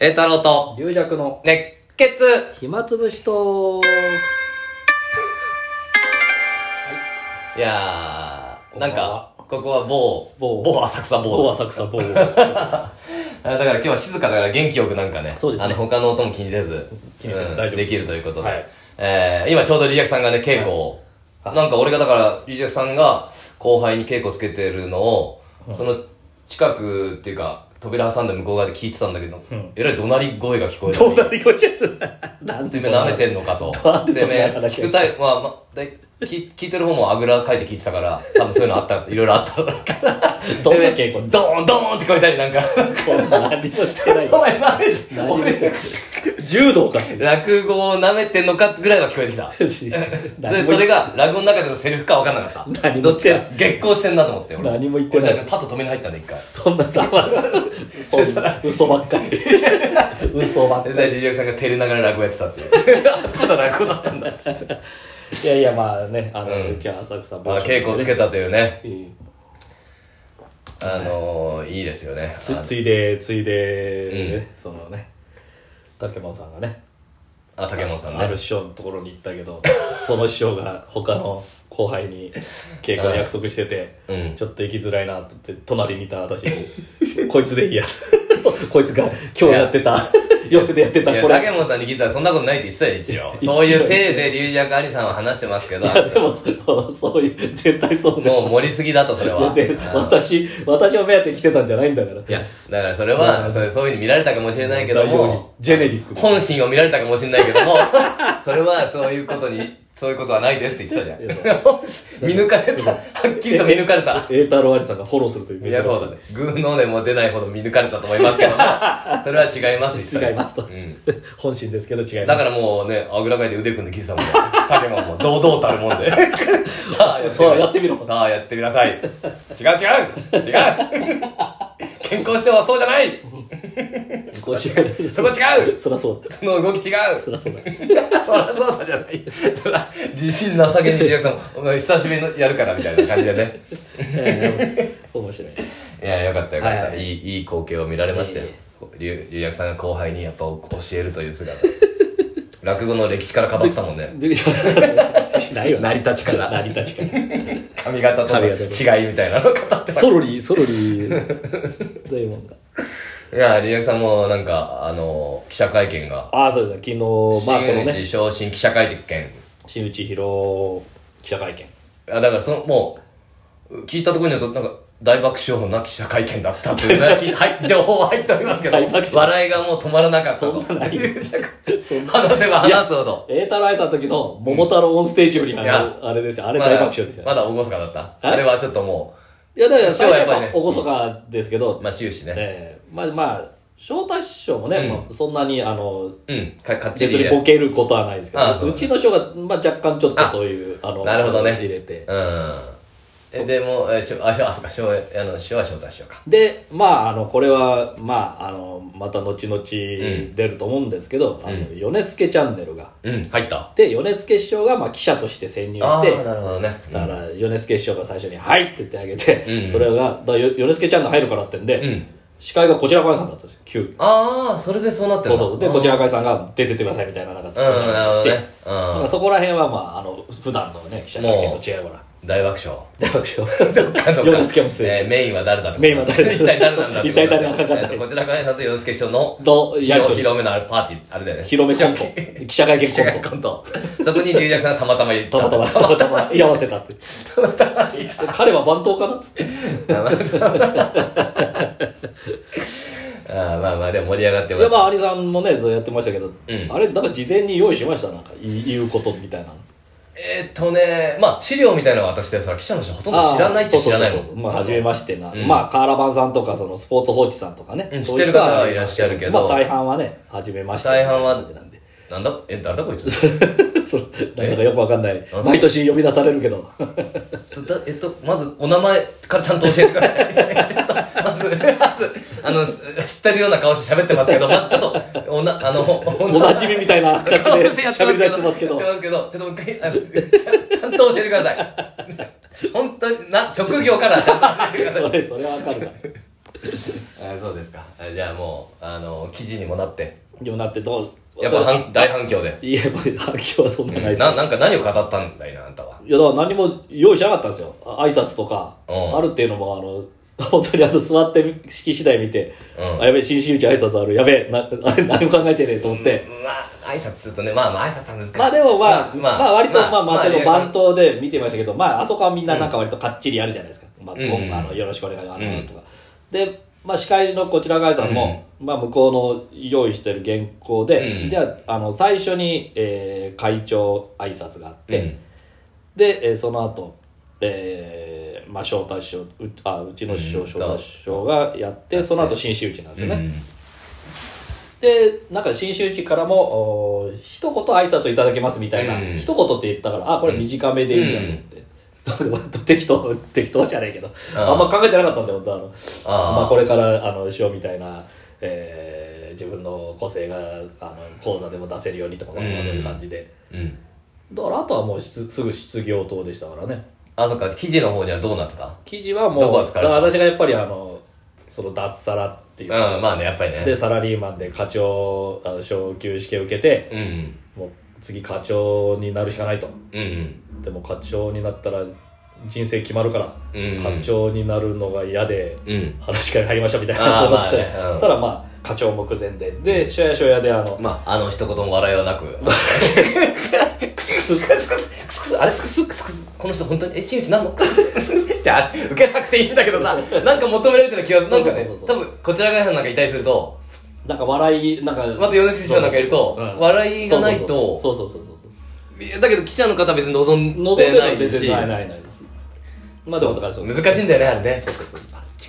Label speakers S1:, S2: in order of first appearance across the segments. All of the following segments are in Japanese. S1: 栄太郎と
S2: 龍弱の
S1: 熱血
S2: 暇つぶしと
S1: いやー
S2: こんば
S1: なん
S2: んは
S1: かここは某
S2: 某
S1: 某浅草某
S2: 某浅草某は
S1: あだから今日は静かだから元気よくなんかね
S2: そうですね
S1: あの他の音も気にせず
S2: 気にせず
S1: うん
S2: 大丈夫
S1: できるということで、
S2: はい
S1: えー今ちょうどリアクさんがね稽古を、
S2: はい
S1: なんか俺がだからリアクさんが後輩に稽古つけてるのを、その近くっていうか扉挟んで向こう側で聞いてたんだけど、
S2: うん
S1: えらい怒鳴り声が聞こえた
S2: どんなにこちゃったなん
S1: てめえ舐めてんのかと。
S2: なんで
S1: てめえ
S2: どんな話
S1: 聞くたい、まあ、まあ、だい聞聞いてる方もあぐらかいて聞いてたから、多分そういうのあ った、いろいろあっただろうけ
S2: どんな稽古
S1: ドーン、ドーンって聞こえたりなん か。
S2: こんな何もしてない
S1: お前舐め
S2: 何もして
S1: て、
S2: ない柔道か
S1: 俺、落語を舐めてんのかぐらいは聞こえてきた。で、それが、落語の中でのセリフか分かんなかった。
S2: 何も
S1: どっちか、月光してんなと思って、俺。
S2: 何も言ってな
S1: 俺
S2: い
S1: だからパッと止めに入ったんで、一回。
S2: そんなさまそんな嘘ばっかり嘘ばっか
S1: で、
S2: り
S1: 大丈夫さんが照れながら落語やってたっていう。ただ落語だったんだ。
S2: いやいやまあねあの、
S1: うん
S2: 今日浅草
S1: まあ、稽古つけ
S2: た、
S1: たというね、
S2: うん
S1: あのー、いいですよね。
S2: つついでついで、ね
S1: う
S2: そのね竹本さんがね
S1: あ、竹本さんね。
S2: ある師匠のところに行ったけど その師匠が他の後輩に稽古を約束してて、
S1: うん
S2: ちょっと行きづらいなと思って隣にいた私に こいつでいいやこいつが今日やってた寄せでやってた
S1: いや、
S2: こ
S1: 竹
S2: れ
S1: 本さんに聞いたらそんなことないって言ってたよ、一応。 そういう体で龍尺兄さんは話してますけ ど、
S2: でもそうそういう絶対そうです
S1: もう盛りすぎだと、それは。
S2: 全然
S1: うん
S2: 私私を目当てに来てたんじゃないんだから
S1: いや、だからそれは、
S2: うん
S1: そうそういうふうに見られたかもしれないけど
S2: 大丈夫
S1: も、
S2: ジェネリックで
S1: 本心を見られたかもしれないけども、 それはそういうことに、そういうことはないですって言ってたじゃん。本心 見抜かれた。はっきりと見抜かれた。
S2: 栄太郎ありさんがフォローするという
S1: いや、そうだね。グーの音も出ないほど見抜かれたと思いますけど も、それは違いますって言ってたよ
S2: 違いますと
S1: うん。
S2: 本心ですけど違い
S1: だ
S2: ま
S1: からもうね、あぐらかいて腕組んで聞いてたもんね。 竹馬も堂々たるもん で。さあ、
S2: そうやってみろ
S1: さあ、やってみなさい。違う違う 違う健康師匠はそうじゃない
S2: すごしそ
S1: そこ違う
S2: りゃ そうだ
S1: その動き違う
S2: そりゃそうだ
S1: そらそうだ じゃない。そら、自信なさげに自虐さんも、お前久しぶりにやるからみたいな感じで ね。
S2: えー面白い
S1: いや、よかったよかった。
S2: は
S1: い
S2: いはい
S1: い、いい光景を見られましたよ
S2: いえいえ。
S1: 龍龍薬さんが後輩にやっぱ教えるという姿。落語の歴史から語ってたもんね。
S2: ないよ
S1: 成り立ちから
S2: 成り立ちから
S1: 髪型との
S2: 髪
S1: 違い
S2: 型
S1: み
S2: と
S1: たいなの語って
S2: ソロリソロリ大門が
S1: いや、リアクさんもなんか、あの、記者会見が、
S2: ああそうだ昨日まあこの
S1: 新内
S2: ね
S1: 昇進記者会見。
S2: 新内博記者会見
S1: あだからその、もう、聞いたところによると、なんか、大爆笑な記者会見だったと いう、 はい、情報は入っておりますけど
S2: 大爆、笑
S1: 笑いがもう止まらなかったと。
S2: そんなないよそんな
S1: 話せば話すほど。
S2: 栄太郎愛さんの時の桃太郎オンステージよりあ
S1: いや
S2: のあれですよあれ大爆笑でし
S1: ま
S2: た
S1: だまだ厳かだった。
S2: え
S1: あれはちょっとも
S2: いやだから
S1: 師匠
S2: 最
S1: はやっ
S2: 初
S1: ぱりね
S2: は厳かですけど
S1: う、まあ、終始ね。
S2: ええまあまあ翔太師匠もね、
S1: うん
S2: まあ、そんなにあの
S1: うん、かかっち
S2: 別
S1: り入
S2: に
S1: れ。
S2: ボケることはないですけど
S1: ああそう
S2: うちの師匠が、まあ、若干ちょっとそういうあの
S1: なるほどね。
S2: 入れて
S1: うん。え、でも、え、しょ、あ、しょ、あ、そうか、しょ、あの、しょはしょだしょうか。
S2: でまああのこれはまああのまた後々出ると思うんですけど、あの
S1: うん
S2: 米助チャンネルが
S1: うん、入った。
S2: で米助師匠がまあ記者として潜入
S1: あ
S2: し
S1: あ
S2: て
S1: ー、なるほどね。
S2: だから米助師匠が最初に「はい!」って言ってあげて、
S1: うん
S2: それがだからよ米助チャンネル入るからってんで、
S1: うん。
S2: 司会がこちらかいさんだったんですよ急遽
S1: ああ、それでそうなって
S2: そ
S1: る
S2: うそうでこちらかいさんが出てってくださいみたいななんかツッコミがして、
S1: うんなるほどねうん
S2: なんかそこら辺はまああの普段のね記者会見と違うから
S1: 大爆笑。
S2: 大爆笑
S1: ヨ
S2: ヨネスケも強い
S1: えーメインは誰だと
S2: メインは誰 だ
S1: 一体誰なんだって
S2: 一体誰なんだ
S1: えーとこちらからさんとヨネスケ師匠の、
S2: のやりと
S1: 広
S2: り
S1: 広めのあれパーティー、あれだよね。
S2: 広めコント記者会見
S1: 記者
S2: コン
S1: 会
S2: ト
S1: コント。そこに龍尺さんがたまたま行ったた。
S2: また またまたま居合わせたって彼は番頭かなっつって
S1: あーまあまあ、でも盛り上がって
S2: い
S1: よ
S2: やま
S1: か
S2: あ
S1: っ
S2: アリさんもねずっとやってましたけど、
S1: ん
S2: あれなんか事前に用意しましたなんかい言うことみたいな
S1: た。えーっとね、まあ資料みたいなのは私で、そら記者の人ほとんど知らないっちゃ知らない
S2: あーそうそうそうそうまあ初め
S1: し
S2: ましてな、
S1: うん
S2: まあカーラバンさんとかそのスポーツ報知さんとかね、
S1: うん
S2: そういう
S1: 知ってる
S2: 人
S1: 方はいらっしゃるけど
S2: まあ大半はね初めまして
S1: 大半は
S2: なんで
S1: て。なんだえ、誰だこいつ
S2: そうなんだかよくわかんない
S1: あそう
S2: 毎年呼び出されるけど
S1: とだえっと、まずお名前からちゃんと教えてください。 ちょっと、まず、まず、あの、す知ってるような顔して喋ってますけど、まずちょっと、おな、あの、お
S2: おなじみみたい な感じ
S1: 顔
S2: で
S1: してやって
S2: 喋り出してますけど
S1: やってますけど、ちょっともう一回、あのちゃんちゃんと教えてください。本当に、な、職業からちゃんと教えてください。
S2: それそれはわかるな
S1: あそうですかあじゃあもうあの記事にもなって
S2: でもなってどう
S1: やっぱ反大反響で、
S2: いややっぱり反響はそんな
S1: う
S2: なんいです、
S1: ななんか何を語ったんだいなあんたはい
S2: やだから何も用意しなかったんですよあ挨拶とか、
S1: うん
S2: あるっていうのもあの 本当にあの座って式次第見て、
S1: うん
S2: あやべ新真打ち挨拶あるやべなあれ何も考えてねえと思って、
S1: まあ挨拶するとねまあまあ挨拶は難しい
S2: まあでもまあ、まあ、割とまあまあ、でも番
S1: 頭
S2: 頭で見てましたけど、まああそこはみんななんか割とかっちりやるじゃないですか。まあ、
S1: うん
S2: 今あの、よろしくお願いしますとか。で、まあ司会のこちら側さんも、まあ向こうの用意してる原稿で、
S1: うん
S2: じゃあ、あの、最初に、えー会長挨拶があっ
S1: う
S2: て、
S1: ん
S2: で、えーその後、えーまあ昇太師匠、うあうちの師
S1: うん
S2: 匠、昇太師匠がやって、その後新真打ちなんですよね。
S1: うん
S2: でなんか新周知からもおー一言挨拶いただけますみたいな、
S1: うん
S2: 一言って言ったからあこれ短めでいいやと思って、なんか 適当適当じゃないけど
S1: あ
S2: あ
S1: あ
S2: んま考えてなかったんだよ本当あの
S1: ああ
S2: まあ、これからあのしようみたいな、えー自分の個性があの講座でも出せるようにとか、
S1: うん
S2: そういう感じで
S1: うん
S2: だからあとはもうすすぐ失業等でしたからね
S1: あそっか記事の方にはどうなってた
S2: 記事はもう
S1: どこが疲れてた
S2: だから私がやっぱりあのその脱サラっていううんか、
S1: まあねやっぱりね
S2: でサラリーマンで課長あの昇給試験受けて、
S1: うん
S2: もう次課長になるしかないと
S1: うん
S2: でも課長になったら人生決まるから、
S1: うん
S2: 課長になるのが嫌で
S1: うん
S2: 話し会入りましたみたい
S1: あ
S2: な
S1: ー
S2: ことになって、
S1: まあねうん
S2: ただまあ課長目前でで初夜初夜であの
S1: まああの一言も笑いはなく
S2: クスク
S1: クス
S2: ス
S1: クスクスクスあれクスクスクスこの人本当にえ真打ちなんのクスクスクスってあ受けなくていいんだけどさなんか求められてる気がなんかね
S2: そうそうそうそ
S1: 多
S2: う
S1: 分こちら側なんかいたりすると
S2: なんか笑いなんか
S1: また米津師匠なんかいると
S2: うん
S1: 笑いがないと
S2: そうそうそうそうそう
S1: いやだけど記者の方は別に望ん
S2: 望ん
S1: で
S2: で
S1: な
S2: ない
S1: い
S2: 別
S1: し
S2: にないないないですまあでもだからそう
S1: 難しいんだよねあれね
S2: そうそうそう
S1: あち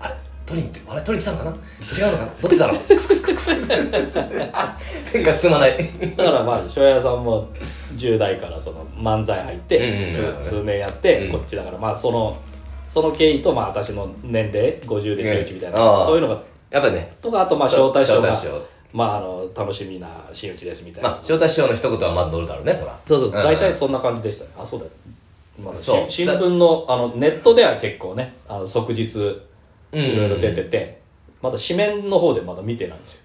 S1: あれ取りに行ってあれ取りに来たのかな違うのかなどっちだろうクスクスクスクスペンが進まない
S2: だからまあ庄屋さんも10代からその漫才入って
S1: うんうんうん
S2: 数数年やって
S1: うん
S2: こっちだからまあそのその経緯とまあ私の年齢50で周知みたいな
S1: うんああ
S2: そういうのが
S1: やっぱね
S2: とかあとまあ招待師匠
S1: 招
S2: が
S1: 待師匠
S2: まああの楽しみな真打ちですみたいな、
S1: まあ翔太師匠の一言はまあ乗るだろうねそら
S2: そうそう大体
S1: ん
S2: そんな感じでしたねあそうだよ、まあ、し
S1: そう
S2: 新聞のあのネットでは結構ねあの即日
S1: うん
S2: いろいろ出ててまだ紙面の方でまだ見てないんですよ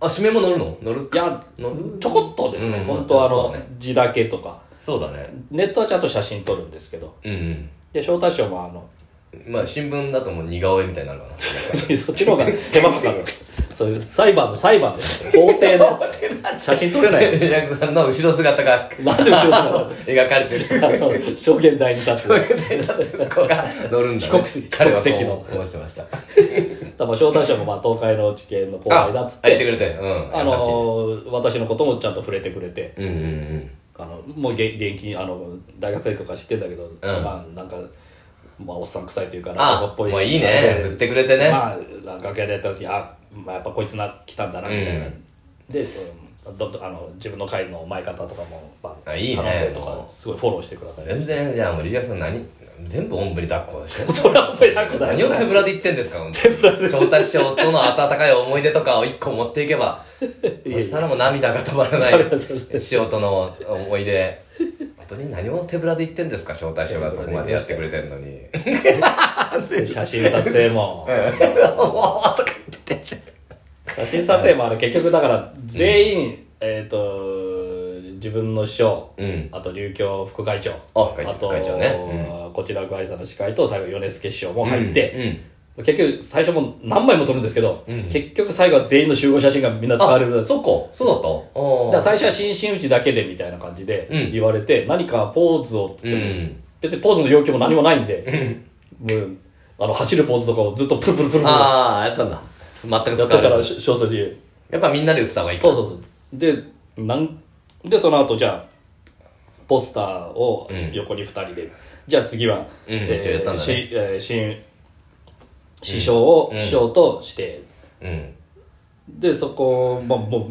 S1: あ締めも乗るの乗る
S2: いや
S1: 乗る
S2: ちょこっとですね、
S1: うん
S2: 本当あ
S1: そう
S2: の
S1: だね
S2: 字だけとか
S1: そうだね
S2: ネットはちゃんと写真撮るんですけど
S1: うん
S2: で招待賞もあの
S1: うんまあ新聞だともう似顔絵みたいになるかな
S2: そっちの方が手間かかるそういう裁判の裁判です法廷の写真撮れない
S1: リラクさんの後ろ姿が
S2: なんで後ろ姿
S1: 描かれてる
S2: あの証言台に立ってね
S1: 子が乗るんだ、ね、
S2: 被告席
S1: 彼はこ
S2: 被告席の
S1: う思ってました
S2: だから招待賞もまあ東海の地形の後
S1: あ
S2: 輩だっつっ
S1: 言って
S2: て
S1: くれてうん
S2: あのー私のこともちゃんと触れてくれて
S1: 優しいうんうんうん
S2: あのもうげ現金あの大学生とか知ってんだけど、まあなんかまあおっさん臭いというかなんか
S1: あ
S2: っぽい
S1: もういいね振ってくれてね、
S2: まあ、楽屋でやった時あ、まあ、やっぱこいつな来たんだなみたいな、
S1: うん
S2: で、うん、どどあの自分の会の前方とかも、ま
S1: あいいね
S2: 頼んでとかすごいフォローしてください
S1: 全然じゃあもうリラクさん何全部おんぶに抱っこでしょ
S2: それはおめでとうだ
S1: 何を 手ぶらで言ってんですか、本当に翔太師匠との温かい思い出とかを一個持っていけば、そ
S2: いや
S1: したらもう涙が止まらない
S2: やそれ
S1: 師匠との思い出。本当に何を手ぶらで言ってんですか、翔太師匠がそこまでやってくれてんのに。
S2: 写真撮影も
S1: おーとか言ってんじゃん
S2: 写真撮影もあれ結局だから全員、えっ、と自分の師匠、
S1: うん
S2: あと琉協副会長
S1: あ会長
S2: と
S1: 会長ね
S2: こちら具合さんの司会と最後米助師匠も入って、
S1: うんうん
S2: 結局最初も何枚も撮るんですけど、
S1: うん
S2: 結局最後は全員の集合写真がみんな使われるだ
S1: あそっか、そうだったおー
S2: から最初は新真打ちだけでみたいな感じで
S1: うん
S2: 言われて、何かポーズをっつっても、
S1: うん
S2: 別にポーズの要求も何もないんで、もうあの走るポーズとかをずっとプルプルプルプルや
S1: ああ、やったんだ。全く
S2: って
S1: 使
S2: た
S1: われ
S2: ら
S1: ない。
S2: し小説
S1: やっぱみんなで打ってた方がいいか
S2: そうそうそうでなんでその後じゃあポスターを横に2人で、じゃあ次は、
S1: うん
S2: え
S1: じゃあやったんだね
S2: しえー新師匠を
S1: うん
S2: 師匠として、
S1: うん。
S2: でそこ、まあ、も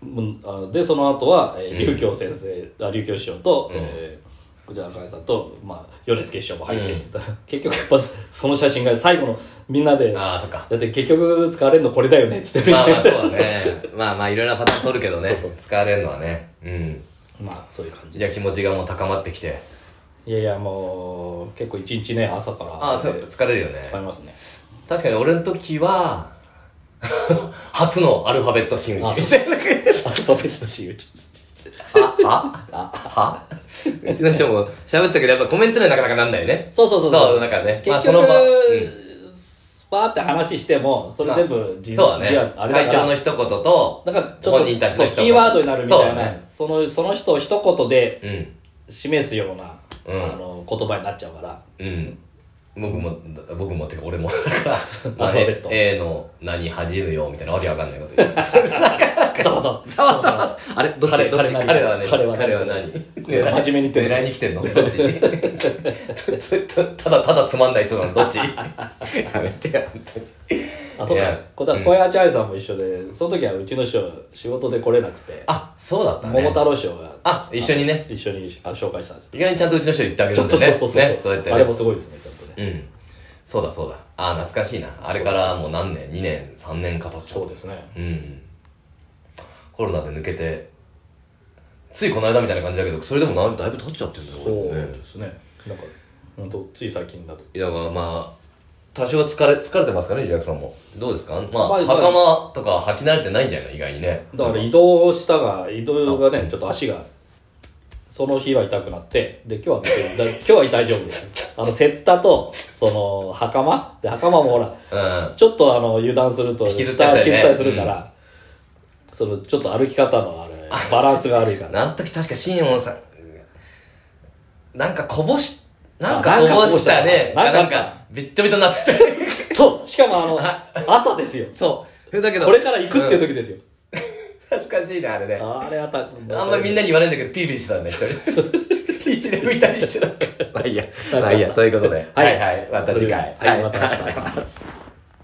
S2: うもうあのでその後は、えー
S1: うん
S2: 劉教先生、あ劉教師匠と、
S1: うん
S2: えーこちらの会さんと、まあ、米助師匠も入ってって言ったら、結局やっぱその写真が最後のみんなでだ
S1: ああ、そっか。
S2: って結局使われるのこれだよねっつってみ
S1: まあ
S2: たい
S1: ま
S2: な
S1: あそうだね。 まあまあいろんなパターン取るけどね。
S2: そうそう
S1: 使われるのはね。うん。
S2: まあそういう感じ
S1: じゃあ気持ちがもう高まってきて。
S2: いやいやもう結構一日ね朝から
S1: ああ、そう、疲れるよね。
S2: 使いますね
S1: 確かに俺の時は 初のアルファベット真打
S2: あ
S1: ち
S2: そう
S1: みた
S2: そ
S1: い
S2: う
S1: な
S2: アルファベット真打ち
S1: あははうちの人も喋ったけどやっぱコメントにはなかなかなんないね
S2: そうそうそう
S1: そうだからねまあ
S2: 結局、
S1: その場
S2: バーって話してもそれ全部自
S1: そうだね
S2: 自案あれだ
S1: 会
S2: か
S1: 長の
S2: ら
S1: 一言と
S2: なんかちょっと
S1: 本人たちの
S2: そう
S1: 人
S2: キーワードになるみたい
S1: そう
S2: な
S1: だね
S2: そのその人を一言で
S1: うん
S2: 示すような、
S1: うん
S2: あの言葉になっちゃうから
S1: うん僕も僕もてか俺もだから、 ま
S2: ア
S1: あ
S2: ルファベ
S1: ね
S2: ッ、ト
S1: A の何恥じぬよみたいなわけわかんないこと言うそれ
S2: ざわざわ
S1: ざわざわあれどっち
S2: 彼
S1: どっち
S2: 彼何
S1: 彼はね
S2: 彼は何
S1: 彼は何
S2: 真面目に言ってんの
S1: 狙いに来てんのどっち ただただつまんない人なの どっちやめてよ本当に
S2: あそう
S1: い
S2: か
S1: や
S2: こだから小谷愛さんも一緒でその時はうちの師匠仕事で来れなくて
S1: あそうだったね
S2: 桃太郎師匠が
S1: あ一緒にね
S2: 一緒にあ紹介したんですよ
S1: 意外にちゃんとうちの人言ってあげ
S2: ち
S1: る
S2: ょ
S1: ん
S2: っと
S1: だ
S2: そう
S1: ね
S2: そうそうそう、
S1: ねそうやってね
S2: あれもすごいですねちょっとね
S1: うんそうだそうだあー懐かしいなあれからもう何年2年3年か経っちゃった
S2: そうですね
S1: うんコロナで抜けてついこの間みたいな感じだけどそれでもなだいぶ経っちゃってるんだよ
S2: そう
S1: 俺もね
S2: ですねなんか本当つい最近だと
S1: いやまあまあ多少疲れ疲れてますかねリラクさんもどうですかまあ、
S2: まあ
S1: 袴とか履き慣れてないんじゃない意外にね
S2: だから移動したが移動がねちょっと足がその日は痛くなってで今日は別にだ今日は大丈夫です あのセッタとその袴で袴もほら
S1: うん
S2: ちょっとあの油断すると
S1: 引きずっちゃったよね
S2: 下引きずったりするから、そのちょっと歩き方のあれバランスが悪いから
S1: あの時確か新音さんなんかこぼしなん
S2: あ
S1: か
S2: なんか
S1: こぼしたね
S2: こぼ
S1: な
S2: したなんんか
S1: かびっちょびちょになってて
S2: そうしかもあの朝ですよ
S1: そうそれだけど
S2: これから行くっていう時ですよ、
S1: 恥ずかしいねあれね
S2: あれあたあ
S1: あんまりみんなに言わないんだけど、ピーピーしてたんだよ、一人。一年浮い たりしてた。まあいいや。まあいいや。ということで。
S2: はい
S1: はい。また次回。
S2: はいまた明日